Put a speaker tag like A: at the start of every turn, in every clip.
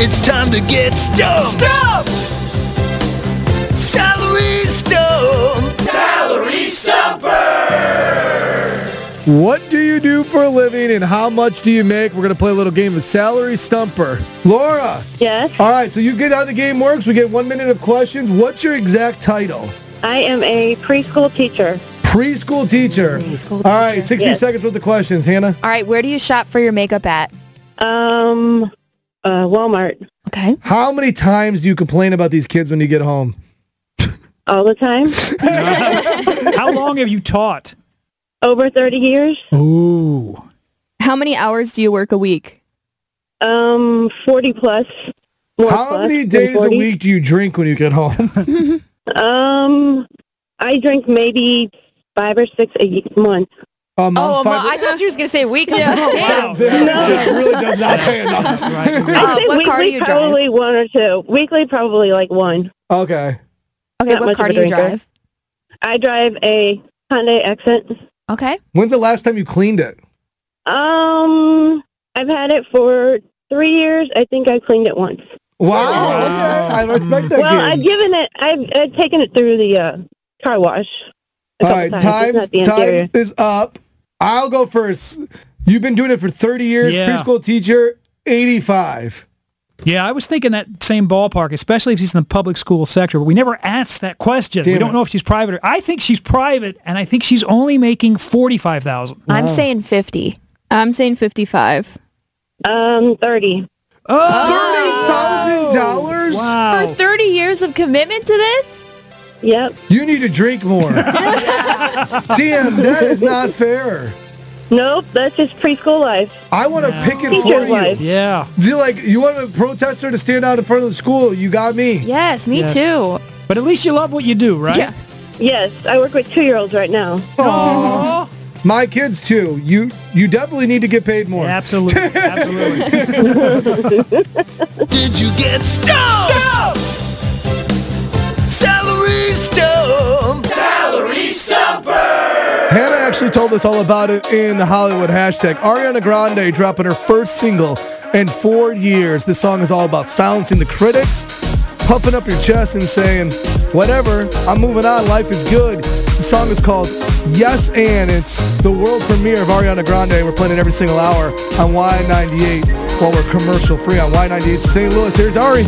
A: It's time to get stumped!
B: Stump!
A: Salary stump!
C: Salary stumper!
D: What do you do for a living and how much do you make? We're going to play a little game of salary stumper. Laura.
E: Yes.
D: All right, so you get how the game works. We get one minute of questions. What's your exact title?
E: I am a preschool teacher.
D: Preschool teacher.
E: Preschool
D: All right,
E: teacher.
D: 60
E: Yes.
D: seconds worth of questions, Hannah.
B: All right, where do you shop for your makeup at?
E: Um, uh, Walmart
B: Okay.
D: How many times do you complain about these kids when you get home?
E: all the time.
F: How long have you taught?
E: Over 30 years.
F: Ooh.
B: How many hours do you work a week?
E: Um, 40 plus. More
D: how
E: plus
D: many
E: than
D: days a
E: 40.
D: week do you drink when you get home?
E: Um, I drink maybe five or six a ye- month.
D: A month,
B: Oh, well,
D: five-
B: I thought you was gonna say a week. I was like, damn.
D: That just really does not pay enough.
B: Uh,
E: I say
B: what car do
E: weekly,
B: you drive?
E: probably one or two. Weekly, probably like one.
D: Okay.
B: Okay,
E: Not
B: what
E: much
B: car
E: of a
B: do you
E: drinker.
B: drive?
E: I drive a Hyundai Accent.
B: Okay.
D: When's the last time you cleaned it?
E: Um, I've had it for three years. I think I cleaned it once.
D: Wow. Okay. I don't expect that.
E: Well,
D: kid.
E: I've given it. I've, I've taken it through the uh, car wash. a
D: All
E: couple
D: right,
E: times.
D: time's,
E: It's not the
D: time
E: interior.
D: is up. I'll go first. You've been doing it for 30 years,
F: Yeah.
D: preschool teacher, 85.
F: Yeah, I was thinking that same ballpark, especially if she's in the public school sector. But we never asked that question.
D: Damn
F: we don't
D: it.
F: know if she's private or I think she's private, and I think she's only making forty-five thousand.
B: I'm
E: Oh.
B: saying fifty. I'm saying fifty-five.
E: Um, thirty.
D: Oh. $30,000?
B: For thirty years of commitment to this?
E: Yep.
D: You need to drink more. Damn, that is not fair.
E: Nope. That's just preschool life.
D: I want to pick it
E: Teacher's
D: for
E: wife.
D: you.
F: Yeah,
D: Do you like you want a protester to stand out in front of the school? Oh, You got me.
B: Yes, me
F: Yes.
B: too.
F: but at least you love what you do, right?
B: Yeah.
E: Yes, I work with two-year-olds right now.
D: Aw. My kids too. You you definitely need to get paid more.
F: Absolutely. Absolutely.
A: Did you get stumped? Salary stump!
C: Salary stumper!
D: Hannah actually told us all about it in the Hollywood hashtag. Ariana Grande dropping her first single in four years. This song is all about silencing the critics, puffing up your chest, and saying, whatever, I'm moving on, life is good. The song is called Yes and it's the world premiere of Ariana Grande. We're playing it every single hour on Y98 while we're commercial free on Y98 St. Louis. Here's Ari.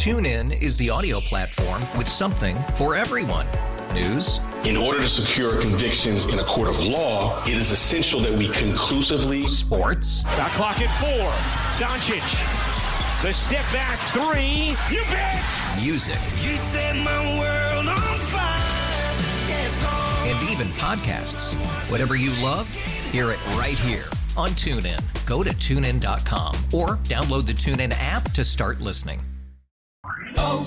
G: TuneIn is the audio platform with something for everyone. News.
H: In order to secure convictions in a court of law, it is essential that we conclusively.
G: Sports.
I: Shot clock at four. Doncic. The step back three. You bet.
G: Music.
J: You set my world on fire. Yes, oh.
G: and even podcasts. Whatever you love, hear it right here on TuneIn. Go to tunein.com or download the TuneIn app to start listening.
J: oh,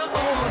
C: over